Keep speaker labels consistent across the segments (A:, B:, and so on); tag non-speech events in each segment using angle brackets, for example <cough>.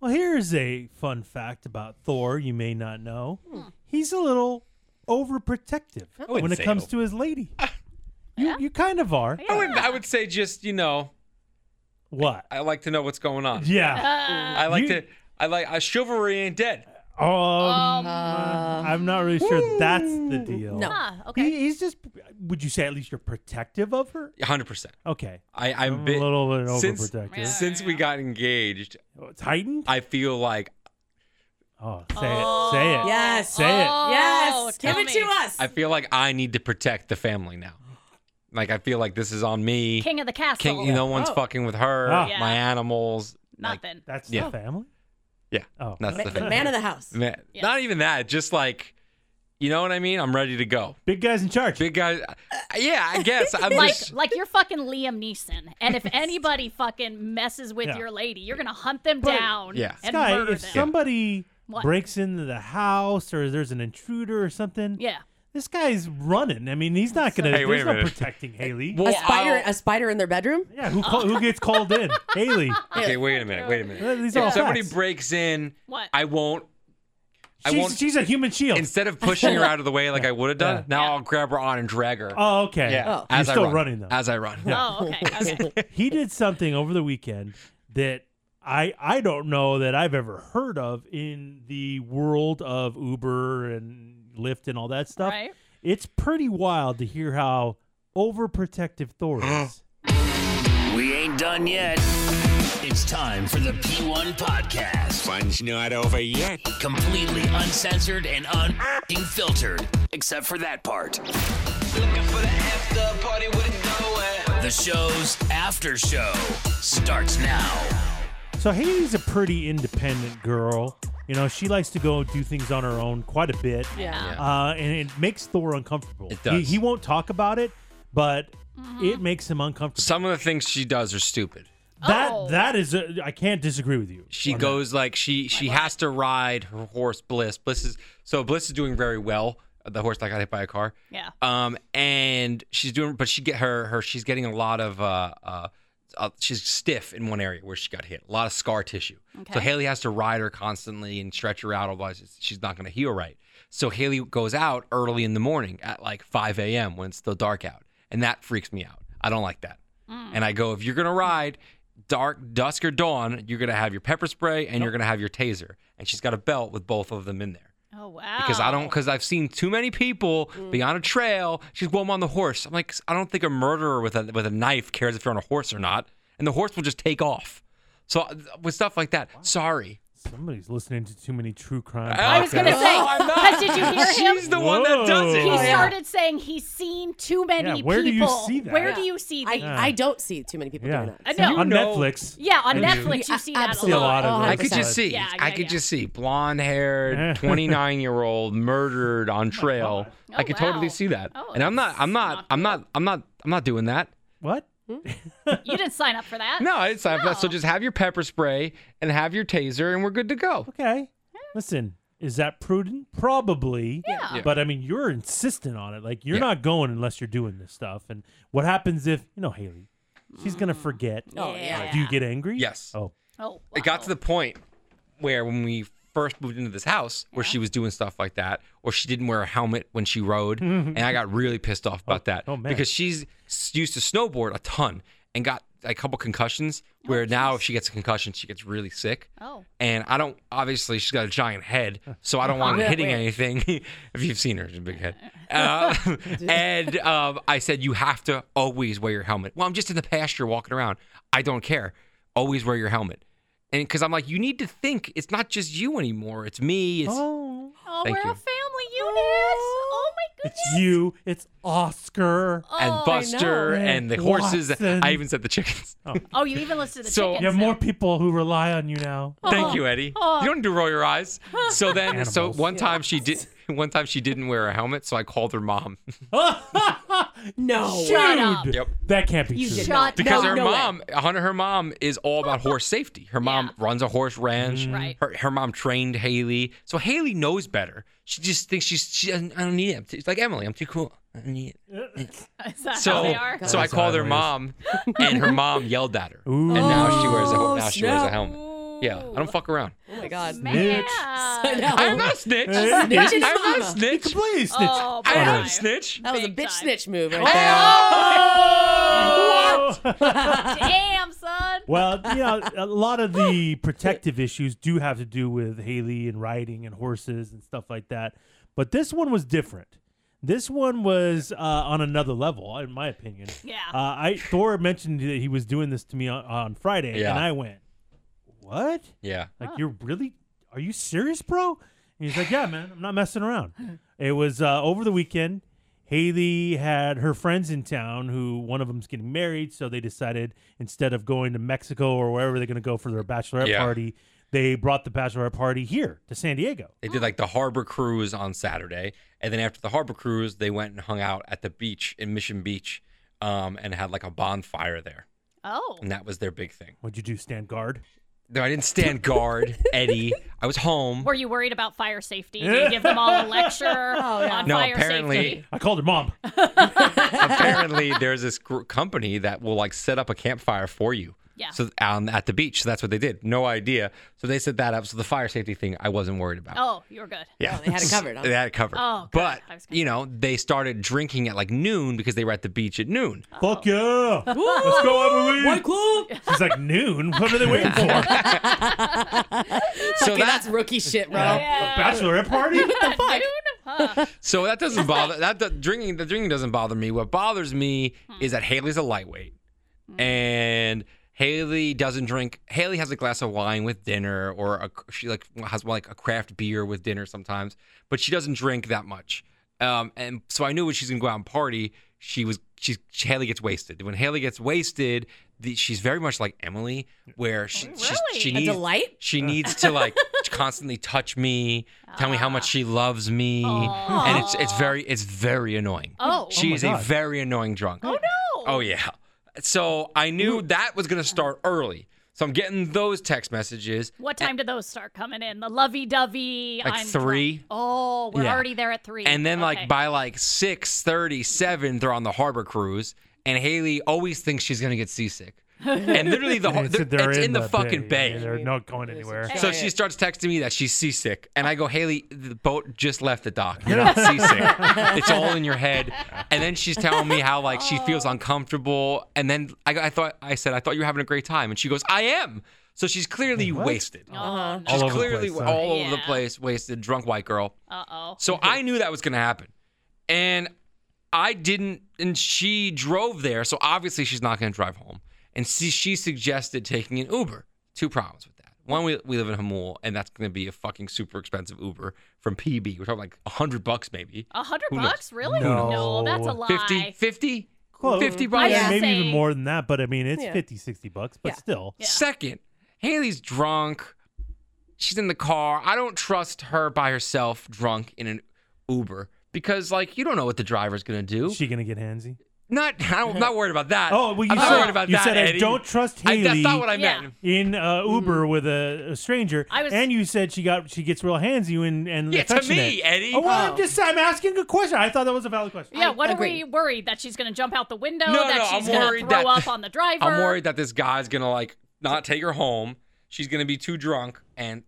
A: Well, here's a fun fact about Thor you may not know. He's a little overprotective
B: wouldn't
A: when it
B: say
A: comes
B: over-
A: to his lady. You, you kind of are.
B: I would, I would say just you know,
A: What?
B: I like to know what's going on.
A: Yeah.
B: I like
A: you-
B: to. I like uh, chivalry ain't dead.
A: Um, uh, I'm not really sure that's the deal.
C: No. Ah, okay.
A: He, he's just, would you say at least you're protective of her?
B: 100. percent
A: Okay.
B: I I'm,
A: I'm a
B: bit-
A: little bit
B: since,
A: overprotective.
B: Since we got engaged,
A: Oh, it's heightened?
B: I feel like
A: Oh, say it. Say it.
C: Yes.
A: Say it.
C: Oh. Yes.
D: Oh, tell
C: Give it
D: me.
C: to us.
B: I feel like I need to protect the family now. Like I feel like this is on me.
D: King of the castle.
B: King- no one's
C: Oh.
B: fucking with her.
A: Ah.
D: Yeah.
B: My animals. Like, <laughs>
D: Nothing.
A: That's
B: Yeah.
A: the family?
B: yeah.
A: Oh.
B: That's
C: Ma-
B: the
C: the
B: thing.
C: man of the house.
B: Man,
D: Yeah.
B: Not even that. Just like, you know what I mean? I'm ready to go.
A: Big guy's in charge.
B: Big guy. uh, Yeah, I guess. I'm
D: like,
B: just.
D: like you're fucking Liam Neeson,
A: <laughs>
D: and if anybody fucking messes with
A: Yeah.
D: your lady, you're gonna hunt them
A: But-
D: down
B: Yeah.
D: and
A: Sky,
D: murder
A: if
D: them.
A: somebody
D: What?
A: breaks into the house or there's an intruder or something,
D: yeah,
A: this guy's running. I mean, he's not going to,
B: Hey, wait
A: there's
B: a
A: no
B: minute.
A: protecting Haley.
C: A
B: Well,
C: spider.
B: I'll-
C: A spider in their bedroom.
A: <laughs> yeah, who,
D: <laughs>
A: call, who gets called in? Haley.
B: oh, Okay, wait a minute. Wait a
A: Uh,
B: minute.
A: These are all
B: If somebody
A: facts.
B: breaks in,
D: What?
B: I won't. I
A: she's,
B: won't-
A: she's a human shield.
B: Instead of pushing her out of the way like I would have done,
A: Oh. Yeah.
B: now
D: Yeah.
B: I'll grab her on and drag her.
A: oh, okay.
B: Yeah.
C: Oh.
B: As
A: You're
B: I
A: still
B: run.
A: running, though.
B: As I run.
D: Oh, okay.
A: <laughs>
D: okay.
A: he did something over the weekend that I I don't know that I've ever heard of in the world of Uber and Lyft and all that stuff.
D: Right.
A: It's pretty wild to hear how overprotective Thor is.
E: We ain't done yet. It's time for the P1 podcast.
F: Fun's not over yet.
E: Completely uncensored and unfiltered, except for that part. The show's after show starts now.
A: So Haley's a pretty independent girl. You know, she likes to go do things on her own quite a bit.
C: Yeah.
A: Uh, and it makes Thor uncomfortable.
B: It
A: He,
B: does.
A: he won't talk about it, but
D: Mm-hmm.
A: it makes him uncomfortable.
B: Some of the things she does are stupid.
A: that
D: Oh.
A: that is a, I can't disagree with you.
B: She
A: on that.
B: goes like she she has to ride her horse Bliss. Bliss is so Bliss is doing very well. The horse that got hit by a car.
D: Yeah.
B: Um, and she's doing, but she get her her she's getting a lot of uh uh. Uh, she's stiff in one area where she got hit, a lot of scar tissue. So
D: Okay.
B: Haley has to ride her constantly and stretch her out, otherwise it's- she's not going to heal right. So Haley goes out early in the morning at like 5 a.m. when it's still dark out, and that freaks me out. I don't like that.
D: Mm.
B: And I go, if you're gonna ride dark, dusk or dawn, you're gonna have your pepper spray and you're gonna have your taser. And she's got a belt with both of them in there.
D: Oh Mm. wow.
B: Because I don't, because I've seen too many people be on a trail. She's, well, I'm on the horse. I'm like, I don't think a murderer with a with a knife cares if you're on a horse or not, and the horse will just take off. So uh, with stuff like that, sorry.
A: Somebody's listening to too many true crime.
D: I was gonna
A: podcasts.
D: say <laughs> because did you hear him?
B: She's the one that does
D: he
A: Whoa.
B: it.
A: Oh,
B: Oh,
A: yeah.
D: started saying he's seen too many
A: Yeah, where do you
D: people.
A: see that?
D: Where
A: Yeah.
D: do you see
C: I,
D: these?
C: I don't see too many people
A: Yeah.
C: doing
D: I
C: that.
D: know.
A: on
B: know-
A: Netflix.
D: yeah, on
A: And you-
D: Netflix you see that
A: see a lot of
B: I
C: Oh, Hundred
B: could just
A: percent.
B: see.
D: Yeah,
B: I
D: yeah,
B: could
D: yeah.
B: just see blonde-haired,
A: Yeah.
B: 29-year-old murdered on trail. I could
D: Oh,
B: totally
D: wow.
B: see that.
D: Oh,
B: and I'm not.
D: that's
B: I'm not.
D: not
B: I'm not. I'm not. I'm not doing
D: <laughs>
B: that.
A: What?
D: Hmm? You didn't sign up for that.
B: No, it's not. So just have your pepper spray and have your taser, and we're good to go.
A: Okay. Listen, is that prudent? Probably.
D: Yeah. Yeah.
A: But I mean, you're insistent on it. Like you're
B: Yeah.
A: not going unless you're doing this stuff. And what happens if you know Haley? She's
D: Mm.
A: gonna forget.
C: Oh, yeah.
A: Do you get angry?
B: Yes.
A: Oh.
D: Oh. Wow.
B: It got to the point where when we first moved into this house, where she was doing stuff like that, or she didn't wear a helmet when
A: <laughs>
B: she rode, and I got really pissed off about that
A: oh, man.
B: because she's s- used to snowboard a ton and got a couple concussions.
A: Oh,
B: Where now if she gets a concussion, she gets really sick.
D: Oh.
B: and I don't obviously she's got a giant head, so I don't want it hitting anything. <laughs> if you've seen her, she's a big head. Uh, and um, I said you have to always wear your helmet. Well, I'm just in the pasture walking around. I don't care. Always wear your helmet, and because I'm like, you need to think. It's not just you anymore. It's me. It's
A: Oh.
D: Oh,
B: Thank
D: we're
B: you.
D: a family unit. Oh my
A: It's you. It's
D: Oh,
A: Oscar.
B: and Buster
C: know.
B: and the horses.
A: Watson.
B: I even said the chickens.
D: Oh, you even listed the
B: So-
D: chickens.
A: You have more
D: now.
A: people who rely on you now.
B: <laughs>
A: <laughs>
B: Thank you, Eddie. You don't need to roll your eyes. So then, so
A: Animals.
B: one time she did. One time she didn't wear a helmet, so I called her mom
C: No.
D: Shut up.
A: Dude,
B: Yep.
A: That can't be
C: You
A: true.
C: did
D: Shut
B: because
D: up.
B: her
C: no way.
B: mom, Hunter, her mom is all about horse safety. Her mom runs a horse ranch.
C: Mm-hmm.
D: Right.
B: Her her mom trained Haley, so Haley knows better. She just thinks she's she doesn't. I don't need it. I'm too- It's like Emily. I'm too cool. I don't need it.
D: Is that how
B: So
D: they
B: so I
D: are?
A: That's how
B: called her
A: it is.
B: mom, and her mom yelled at her,
A: Ooh.
B: and now she wears a
C: Oh,
B: now she wears a
C: snap.
B: helmet. Yeah, I don't fuck around.
C: Oh my god.
D: Man.
C: <laughs> I know.
B: I'm
C: <laughs>
B: not a snitch.
A: Hey,
B: I'm
C: Snitch is
B: not a
C: mama.
B: snitch.
A: Please, snitch.
D: Oh,
B: I am
D: boy.
B: a snitch.
C: That was a
D: Big
C: bitch
D: time.
C: snitch move right
A: Oh.
D: Damn, son.
A: Well, you know, a lot of the protective issues do have to do with Haley and riding and horses and stuff like that. But this one was different. This one was uh, on another level, in my opinion.
D: Yeah.
A: Uh, I Thor mentioned that he was doing this to me on, on Friday,
B: Yeah.
A: and I went, "What?
B: Yeah.
A: Like you're really? Are you serious, bro?" And he's like, "Yeah, man, I'm not messing around." It was uh, over the weekend. Haley had her friends in town who one of them's getting married, so they decided instead of going to Mexico or wherever they're going to go for their bachelorette
B: Yeah.
A: party, they brought the bachelorette party here to San Diego.
B: They did like the harbor cruise on Saturday, and then after the harbor cruise, they went and hung out at the beach in Mission Beach, um, and had like a bonfire there,
D: Oh.
B: and that was their big thing.
A: What'd you do, stand guard?
B: No, I didn't stand
D: <laughs>
B: guard, Eddie. I was home.
D: Were you worried about fire safety? Did you give them
B: <laughs>
D: all a lecture on
B: Oh, No,
D: fire
B: apparently-
D: safety?
A: I called her mom.
B: Apparently, there's this gr- company that will like set up a campfire for you.
D: Yeah.
B: So on at the beach, so that's what they did. No idea. So they set that up. So the fire safety thing, I wasn't worried about.
D: Oh, you were good.
B: Yeah,
C: they
B: <laughs>
C: had it covered, huh?
B: They had it covered.
D: Oh, God,
B: but
D: I was gonna-
B: you know, they started drinking at like noon because they were at the beach at noon.
D: Oh.
A: Fuck yeah! Let's go, Emily.
C: now. <laughs> White Claw.
A: She's like noon. What are they waiting for? A
B: So
C: Okay,
B: that-
C: that's rookie shit, bro.
A: bachelorette party?
C: What the fuck?
B: So that doesn't bother that the drinking the drinking doesn't bother me. What bothers me is that Haley's a lightweight.
C: Hmm.
B: And Haley doesn't drink. Haley has a glass of wine with dinner or a, she like has like a craft beer with dinner sometimes, but she doesn't drink that much. Um, and so I knew when she's going to go out and party, she was she Haley gets wasted. When Haley gets wasted, the, she's very much like Emily where she she's- she
C: A
B: needs
C: delight?
B: she needs to like constantly touch me, tell me how much she loves me, and it's it's very it's very annoying.
D: Oh.
B: she
A: my
B: is a
A: God.
B: very annoying drunk. Oh
D: no.
B: Oh yeah. So I knew that was gonna start early. So I'm getting those text messages.
D: What time did those start coming in? The lovey dovey.
B: Like three.
D: Oh, we're
B: Yeah.
D: already there at three.
B: And then
D: Okay.
B: like by like six thirty, seven, they're on the harbor cruise, and Haley always thinks she's gonna get
D: <laughs>
B: seasick. And literally the
A: It's,
B: it's, it's in the, fucking bay.
A: They're not going anywhere.
B: So she starts texting me that she's seasick, and I go, Haley, the boat just left the dock. You're not seasick. it's all in your head. And then she's telling me how like she feels uncomfortable, and then I, I thought I said I thought you were having a great time, and she goes, I am. So she's clearly
A: What?
B: wasted.
D: Uh
B: She's
A: All over the
B: clearly
A: place, huh?
B: all over the
D: Yeah.
B: place, wasted, drunk white girl.
D: oh.
B: So I knew that was going to happen. And I didn't, and she drove there. So obviously she's not going to drive home. And she, she suggested taking an Uber. Two problems with that. One, we, we live in Hamul, and that's going to be a fucking super expensive Uber from PB. We're talking like 100 bucks maybe.
D: A hundred
B: Who knows?
D: bucks? Really?
A: No.
D: that's a lie.
B: 50? 50?
A: Close.
B: 50
D: I
B: bucks?
D: Yeah.
A: Maybe
D: say-
A: even more than that, but I mean, it's
C: Yeah.
A: fifty, sixty 50, 60 bucks, but
C: Yeah.
A: still.
D: Yeah.
B: Second, Haley's drunk. She's in the car. I don't trust her by herself drunk in an Uber because, like, you don't know what the driver's going to do.
A: Is she going to get handsy?
B: Not, I don't, I'm not worried about that.
A: Oh, well, you
B: I'm
A: said,
B: not worried about
A: you
B: that.
A: said I
B: Eddie.
A: don't trust
B: I-
A: Haley
B: that's not what I
D: Yeah.
B: meant.
A: in uh, Uber with a, a stranger.
D: Mm-hmm. I was-
A: and you said she got she gets real handsy and and
B: Yeah, to
A: affectionate.
B: me, Eddie.
A: Oh, well, I'm just I'm asking a question. I thought that was a valid question.
D: Yeah, what
C: agree.
D: are we worried that she's going to jump out the window?
B: No,
D: that
B: no,
D: she's
B: I'm
D: gonna
B: worried
D: throw
B: that- <laughs>
D: up on the driver.
B: I'm worried that this guy's gonna like not take her home. She's gonna be too drunk, and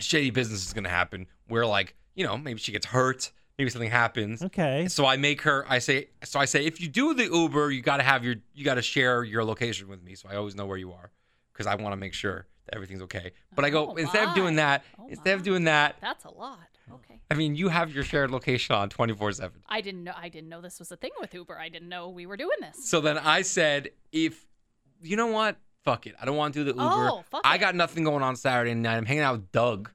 B: shady business is gonna happen. Where like you know maybe she gets hurt, maybe something happens.
A: Okay.
B: So I make her. I say. So I say if you do the Uber, you gotta have your you gotta share your location with me, so I always know where you are, because I want to make sure that everything's okay. But I go
D: Oh,
B: instead of doing
D: my.
B: that,
D: Oh,
B: instead of
D: my.
B: doing that.
D: That's a lot. Okay.
B: I mean, you have your shared location on twenty four seven.
D: I didn't know. I didn't know this was a thing with Uber. I didn't know we were doing this.
B: So then I said, if you know what, fuck it. I don't want to do the Uber.
D: Oh, fuck
B: I
D: it.
B: got nothing going on Saturday night. I'm hanging out with Doug.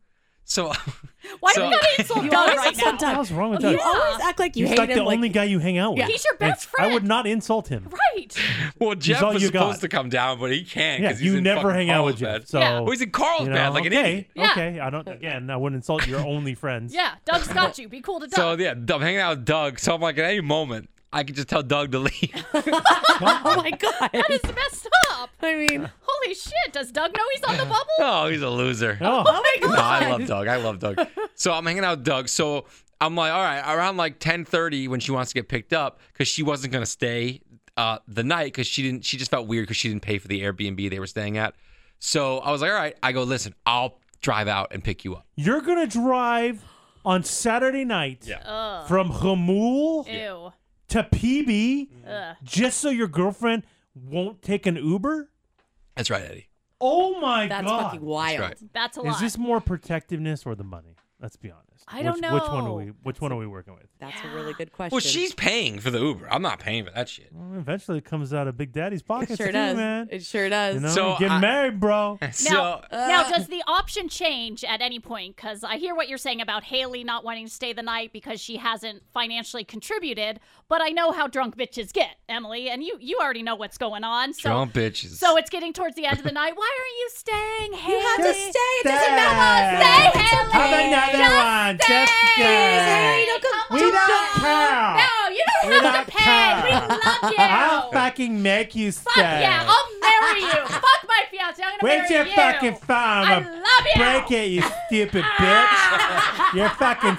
B: So <laughs>
D: Why
B: So-
D: are you
B: <laughs>
D: insult Doug right now?
A: What's wrong with
C: You
A: that?
C: always act like you
A: He's
C: hate
A: like
C: him.
A: the only guy you hang out with.
C: Yeah.
D: He's your best
A: I would
D: friend.
A: not insult him.
D: Right.
B: well, Jeff
A: all
B: was
A: you got.
B: supposed to come down, but he can't.
A: Yeah,
B: 'cause he's
A: you
B: in
A: never
B: fucking
A: hang out with
B: Carlsbad.
A: Jeff. So
D: Yeah.
B: Well, he's in
A: you
B: Carlsbad
A: know,
B: like an
A: okay,
B: idiot.
D: Yeah.
A: Okay, I don't. Again, I wouldn't insult your only friends.
D: Yeah. Doug's
B: <laughs>
D: got you. Be cool to Doug.
B: So yeah, I'm hanging out with Doug. So I'm like, at any moment, I could just tell Doug to <laughs> leave.
C: Oh my god.
D: that is messed up.
C: <laughs> I mean,
D: Holy shit. Does Doug know
B: <laughs>
D: he's on the bubble?
B: oh, he's a loser.
A: Oh,
C: oh my god.
B: <laughs> No, I love Doug. I love Doug. So I'm hanging out with Doug. So I'm like, all right, around like 10:30 when she wants to get picked up because she wasn't gonna stay uh, the night because she didn't. She just felt weird because she didn't pay for the Airbnb they were staying at. So I was like, all right. I go, listen, I'll drive out and pick you up.
A: you're gonna drive on Saturday night from Hamul
D: Ew.
A: to PB
D: Ugh.
A: just so your girlfriend won't take an Uber.
B: That's right, Eddie.
A: Oh my
C: That's
A: god!
C: fucking wild.
B: That's
D: That's a lot.
A: Is this more protectiveness or the money? Let's be honest.
D: I don't
A: which, Which one are
D: know.
A: we? Which one are we working with?
C: That's a really good question.
B: Well, she's paying for the Uber. I'm not paying for that shit.
A: Well, eventually, it comes out of Big Daddy's
C: It
A: pockets
C: sure
A: too,
C: does.
A: man.
C: It sure does.
A: You
C: <laughs>
A: know,
B: So
A: get
B: I-
A: married, bro.
B: So
D: now, does the option change at any point? Because I hear what you're saying about Haley not wanting to stay the night because she hasn't financially contributed. But I know how drunk bitches get, Emily, and you you already know what's going on. So,
B: drunk bitches.
D: so it's getting towards the end of the night. Why are you staying, Haley?
C: you have to stay. It doesn't
A: Stay.
C: matter. Stay,
D: Have
C: Haley.
A: another
C: Just
A: one, just
C: stay. Haley,
A: stay.
C: don't come-
A: We
C: don't
A: don't
C: come.
A: care.
D: No, you don't
A: We're
D: have
A: not
D: to pay. We
A: proud.
D: love you.
A: I'll fucking make you stay.
D: Fuck yeah, I'll marry you. Fuck my fiance. I'm gonna
A: Where's
D: marry
A: your
D: you.
A: fucking phone?
D: I
A: I'll
D: love you. Ah.
A: Break it, you stupid bitch. You're fucking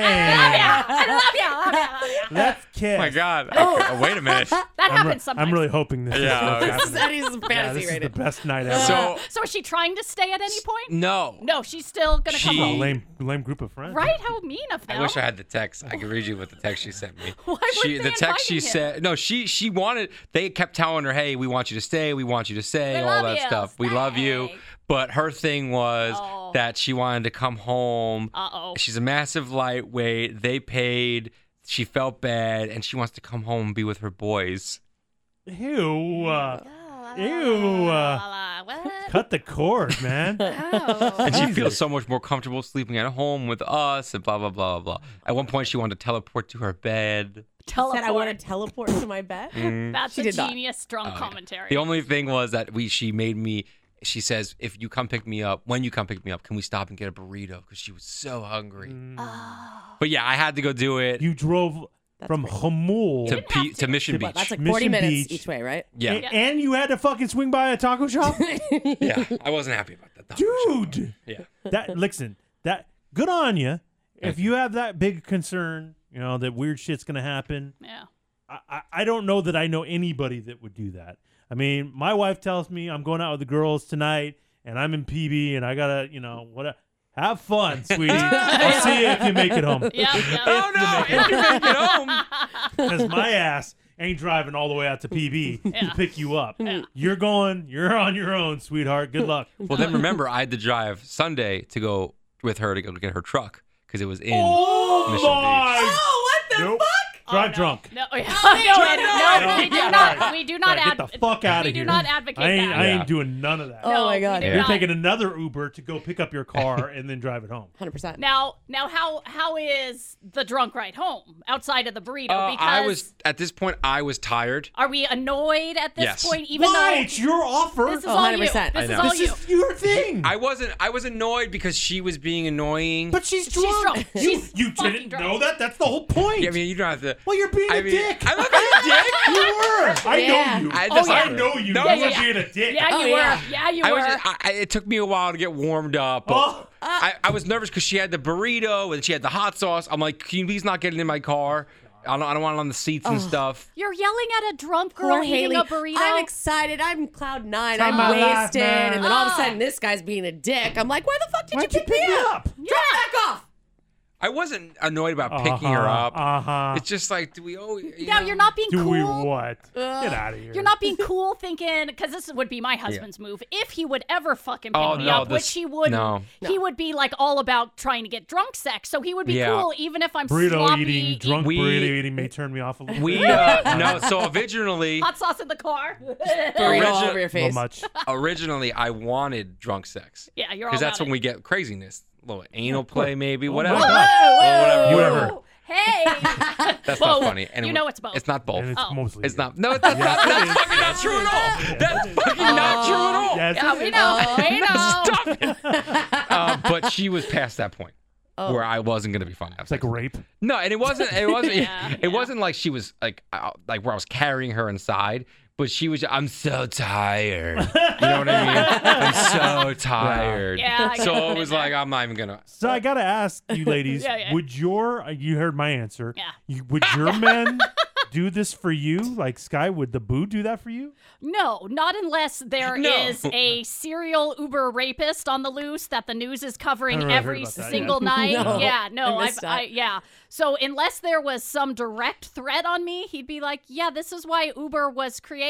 A: staying.
D: I love you. I love you. I love you.
A: Let's kiss.
B: oh my god. Oh, wait a minute.
D: That
A: I'm, re-
D: happens sometimes.
A: I'm really hoping this
B: Yeah,
A: is what's
C: This is
A: happening.
C: Eddie's fantasy
A: Yeah, this is the
C: rated.
A: best
D: Uh,
A: night ever.
B: So
D: So is she trying to stay at any point?
B: no.
D: No, she's still gonna come
B: She-
A: Oh,
D: home.
A: lame, lame group of friends.
D: Right? How mean of them.
B: I wish I had the text. I could read you what the text she sent me.
D: <laughs> Why
B: she,
D: weren't
B: the
D: they
B: text she
D: inviting him?
B: said, no, she she wanted. They kept telling her, "Hey, we want you to stay. We want you to stay.
D: We
B: all
D: love
B: that
D: you.
B: stuff. We love you."
D: Stay.
B: But her thing was
D: Oh.
B: that she wanted to come home.
D: Uh-oh.
B: She's a massive lightweight. They paid. She felt bad, and she wants to come home and be with her boys.
A: Ew. uh, ew. uh,
D: La, la, what?
A: cut the cord,
D: <laughs>
A: man.
D: Oh.
B: And she feels so much more comfortable sleeping at home with us, and blah blah blah blah. blah. At one point, she wanted to teleport to her bed.
C: Said
D: Teleport.
C: I want to teleport to my bed.
A: Mm.
D: That's
C: She
D: a
C: did not.
D: genius strong commentary.
B: The only thing was that we she made me. She says, "If you come pick me up, when you come pick me up, can we stop and get a burrito?" Because she was so hungry. But yeah, I had to go do it
A: Mm. You drove from Hamul
B: to P- to Mission
C: But
B: Beach.
C: that's like
A: Mission
C: 40 minutes
A: Beach.
C: each way, right?
B: yeah,
A: a- and you had to fucking swing by a taco
D: <laughs>
A: shop?
B: yeah,
A: <laughs>
B: I wasn't happy about that.
A: Dude.
B: Yeah.
D: <laughs>
A: That listen, that good on you. If you have that big concern, you know, that weird shit's going to happen.
D: yeah.
A: I, I- I don't know that I know anybody that would do that. I mean, my wife tells me I'm going out with the girls tonight and I'm in PB and I gotta, you know, what have
B: <laughs>
A: fun, sweetie. I'll see you if you make it home.
D: <laughs>
A: <laughs>
D: Yeah.
B: Oh no! If you make it home,
A: Because my ass ain't driving all the way out to PB
D: <laughs> Yeah.
A: to pick you up. You're going, you're on your own, sweetheart. Good luck.
B: well then remember I had to drive Sunday to go with her to go get her truck because it was in.
A: Oh
B: Mission
A: my
C: Oh, what the
A: Nope. Drive drunk.
D: Oh, No, yeah. <laughs> no, no,
A: no,
D: we do
A: no.
D: not. We do not
A: Gotta get
D: advocate.
A: the fuck out of
D: We
A: here.
D: do not advocate
A: I ain't,
D: that.
A: I
B: Yeah.
A: ain't doing none of that.
C: Oh my God.
D: we do
B: You're
A: You're
D: not.
A: taking another Uber to go pick up your
B: <laughs>
A: car and then drive it home.
C: 100%.
D: Now, now, how how is the drunk ride home outside of the burrito?
B: Uh,
D: because
B: I was at this point. I was tired.
D: are we annoyed at this
B: Yes.
D: point? Even
A: Why? It's your offer.
D: though this is
C: Oh,
D: all you,
C: 100%.
D: this
C: I
D: is
B: know.
D: all
A: This
D: you.
A: is your thing.
B: I wasn't. I was annoyed because she was being annoying.
A: But she's
D: She's
A: drunk.
D: drunk.
A: You,
D: She's
A: you
D: fucking
A: didn't
D: drunk.
A: know that? That's the whole point.
B: I mean, you don't have to.
A: well, you're being a
B: I mean,
A: dick.
B: I'm not being a dick.
A: <laughs> you were. I
C: Yeah.
A: know you.
B: I- that's
A: I
B: not-
A: know you.
B: No,
A: you were
D: yeah.
A: being a dick.
D: Yeah,
C: Oh,
D: you
C: yeah.
D: were. Yeah, you
B: I
D: were. Uh.
B: was. I, I, it took me a while to get warmed up. but
A: Oh.
B: I, I was nervous because she had the burrito and she had the hot sauce. I'm like, can you please not get it in my car? I don't, I don't want it on the seats and stuff.
D: You're yelling at a drunk girl
C: Poor
D: eating
C: Haley.
D: a burrito.
C: I'm excited. I'm cloud nine.
A: Time
C: I'm
A: my life,
C: wasted.
A: man.
C: and then all of a
D: Ah.
C: sudden, this guy's being a dick. I'm like, why the fuck did
A: Why'd
C: you pick me up?
D: yeah.
C: Drop back off.
B: I wasn't annoyed about picking her up.
A: Uh huh.
B: It's just like, do we owe you?
D: Now
B: know?
D: you're not being
A: Do
D: cool.
A: we what? Get out of here.
D: You're
B: <laughs>
D: not being cool thinking because this would be my husband's move if he would ever fucking pick
B: Oh,
D: me
B: no,
D: up,
B: this-
D: which he would.
B: no.
D: He would be like all about trying to get drunk sex, so he would be
B: Yeah.
D: cool even if I'm
A: burrito
D: sloppy,
A: eating, drunk
B: We-
A: burrito eating may turn me off a little
B: We
D: <laughs>
A: bit.
B: uh, no. So originally,
D: hot sauce in the car. <laughs>
C: Burrito
B: Origi-
C: all over your
A: Not
C: face.
A: much.
B: originally I wanted drunk sex
D: yeah, you're all
B: because that's
D: about
B: when
D: it.
B: we get craziness. little anal play, maybe,
A: my
B: whatever.
A: God.
B: Whatever,
A: You
B: whatever.
A: ever-
D: Oh.
B: <laughs>
D: Hey,
B: That's
D: Both.
B: not funny. And
D: You know it's both.
B: It's not both.
A: And it's
D: Oh.
A: mostly.
B: It's
A: you.
B: not. No, that's, not, that's fucking not true at all. That's fucking not true at all.
A: Yes,
D: yeah,
A: it
D: we
A: is.
D: know, we know.
B: Stop it.
D: <laughs>
B: Uh, but she was past that point
D: Oh.
B: where I wasn't gonna be funny. I was
A: It's like rape.
B: no, and it wasn't. It wasn't.
D: <laughs> Yeah,
B: it
D: yeah.
B: wasn't like she was like uh, like where I was carrying her inside. But she was. I'm so tired. You know what I mean?
A: <laughs>
B: I'm so tired.
D: Yeah, I
B: so
D: get
B: it was
D: it.
B: like I'm not even gonna.
A: So I gotta ask you, ladies,
D: <laughs> Yeah, yeah.
A: would your uh, you heard my answer?
D: Yeah.
A: You, would your
D: <laughs>
A: men do this for you? Like Sky, would the boo do that for you?
D: No, not unless there is
B: No.
D: a serial Uber rapist on the loose that the news is
A: I
D: covering
A: don't know, I've heard
D: every
A: about that, <laughs>
D: single night.
C: No,
D: yeah, no,
C: I
D: I've,
C: missed
D: I,
C: that.
D: yeah. So unless there was some direct threat on me, he'd be like, "Yeah, this is why Uber was created.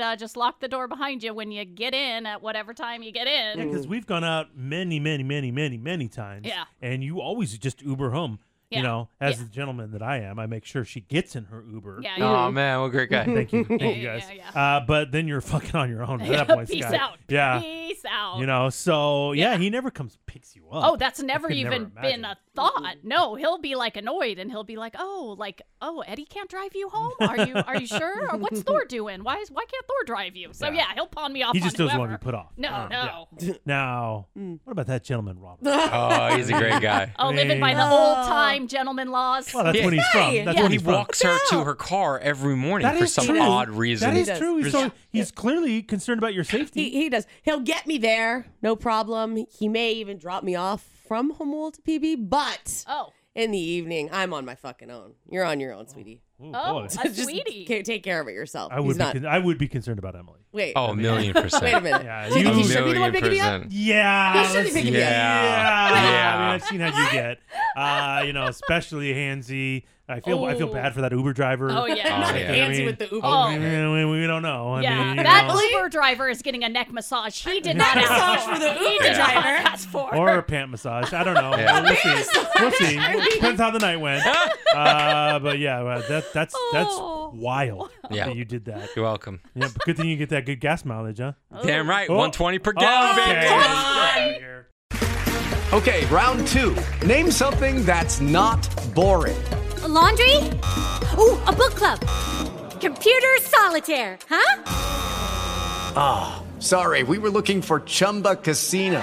D: Uh, just lock the door behind you when you get in at whatever time you get in."
A: Yeah, because we've gone out many, many, many, many, many times.
D: Mm. Yeah.
A: And you always just Uber home.
D: Yeah.
A: You know, as
D: Yeah.
A: the gentleman that I am, I make sure she gets in her Uber.
D: <laughs> Yeah,
B: Oh man, what a great guy.
D: <laughs>
A: Thank you, thank you
D: Yeah,
A: guys.
D: yeah,
A: Uh, but then you're fucking on your own at
D: Yeah, <laughs>
A: that point,
D: peace
A: Sky.
D: out.
A: Yeah.
D: Peace out.
A: You know, so yeah,
D: Yeah.
A: he never comes picks you up.
D: Oh, that's never
A: could never
D: even been a thought. No, he'll be like annoyed and he'll be like, "Oh, like, oh, Eddie can't drive you home. Are you are you sure? Or what's
A: <laughs>
D: Thor doing? Why is why can't Thor drive you?" So yeah, he'll pawn me off
A: he
D: on
A: just doesn't want
D: whoever.
A: to be put off. Uh, Um,
D: No, no.
A: Now, what about that gentleman, Robert?
B: Oh, he's a great guy.
D: Oh, living by the
A: Man.
D: old time gentleman laws.
A: Well, Oh, that's
B: Yeah.
A: when he's from.
C: Hey!
A: That's
D: Yeah.
A: when
B: He
A: he's from.
B: walks her to her car every morning
A: That
B: for
A: is
B: some
A: true.
B: odd reason.
A: That is
C: does.
A: true. He's, so,
C: Yeah.
A: he's clearly concerned
D: <laughs>
A: about your safety.
C: He, he does. He'll get me there, no problem. He may even drop me off from Humboldt to PB, but
D: Oh,
C: in the evening, I'm on my fucking own. You're on your own, sweetie.
A: oh,
D: oh,
A: boy.
D: a
C: Just
D: sweetie.
C: ca- take care of it yourself.
A: I
C: He's
A: would, be
C: not.
A: con- I would be concerned about Emily.
C: wait.
B: Oh, a million percent.
C: <laughs> Wait a
A: <laughs>
C: minute.
A: Yeah,
C: Do you think
A: you-
C: he should be the one picking me up?
B: Million percent.
A: Yeah.
C: He should be
A: let's-
C: picking me
B: up. Yeah.
A: Yeah. yeah. I
B: Yeah.
A: mean, I've seen how you get. Uh, you know, especially handsy. I feel I feel
D: Oh.
A: bad for that Uber driver.
D: Oh yeah.
B: Oh,
C: Not
B: yeah.
C: fancy
A: I mean-
C: with the Uber.
D: Oh.
A: I mean, we, we don't know. I
D: yeah,
A: mean, you
D: that
A: know,
D: Uber driver is getting a neck massage. He did
C: Neck
D: not
C: massage
D: ask
C: for the
D: He
C: Uber
D: did not
C: driver.
D: ask for.
A: or a pant massage. I don't know.
B: Yeah.
A: We'll see. We'll see. Depends how the night went. Uh, but yeah, well, that that's that's
D: Oh.
A: wild
B: Yeah.
A: that you did that.
B: You're welcome.
A: Yeah, but good thing you get that good gas mileage, huh?
B: Damn right.
A: Oh.
B: 120 per gallon, baby. Come on.
F: Okay, round two. Name something that's not boring.
G: laundry? Ooh, a book club. Computer solitaire, huh?
F: Ah, Sorry, we were looking for Chumba Casino.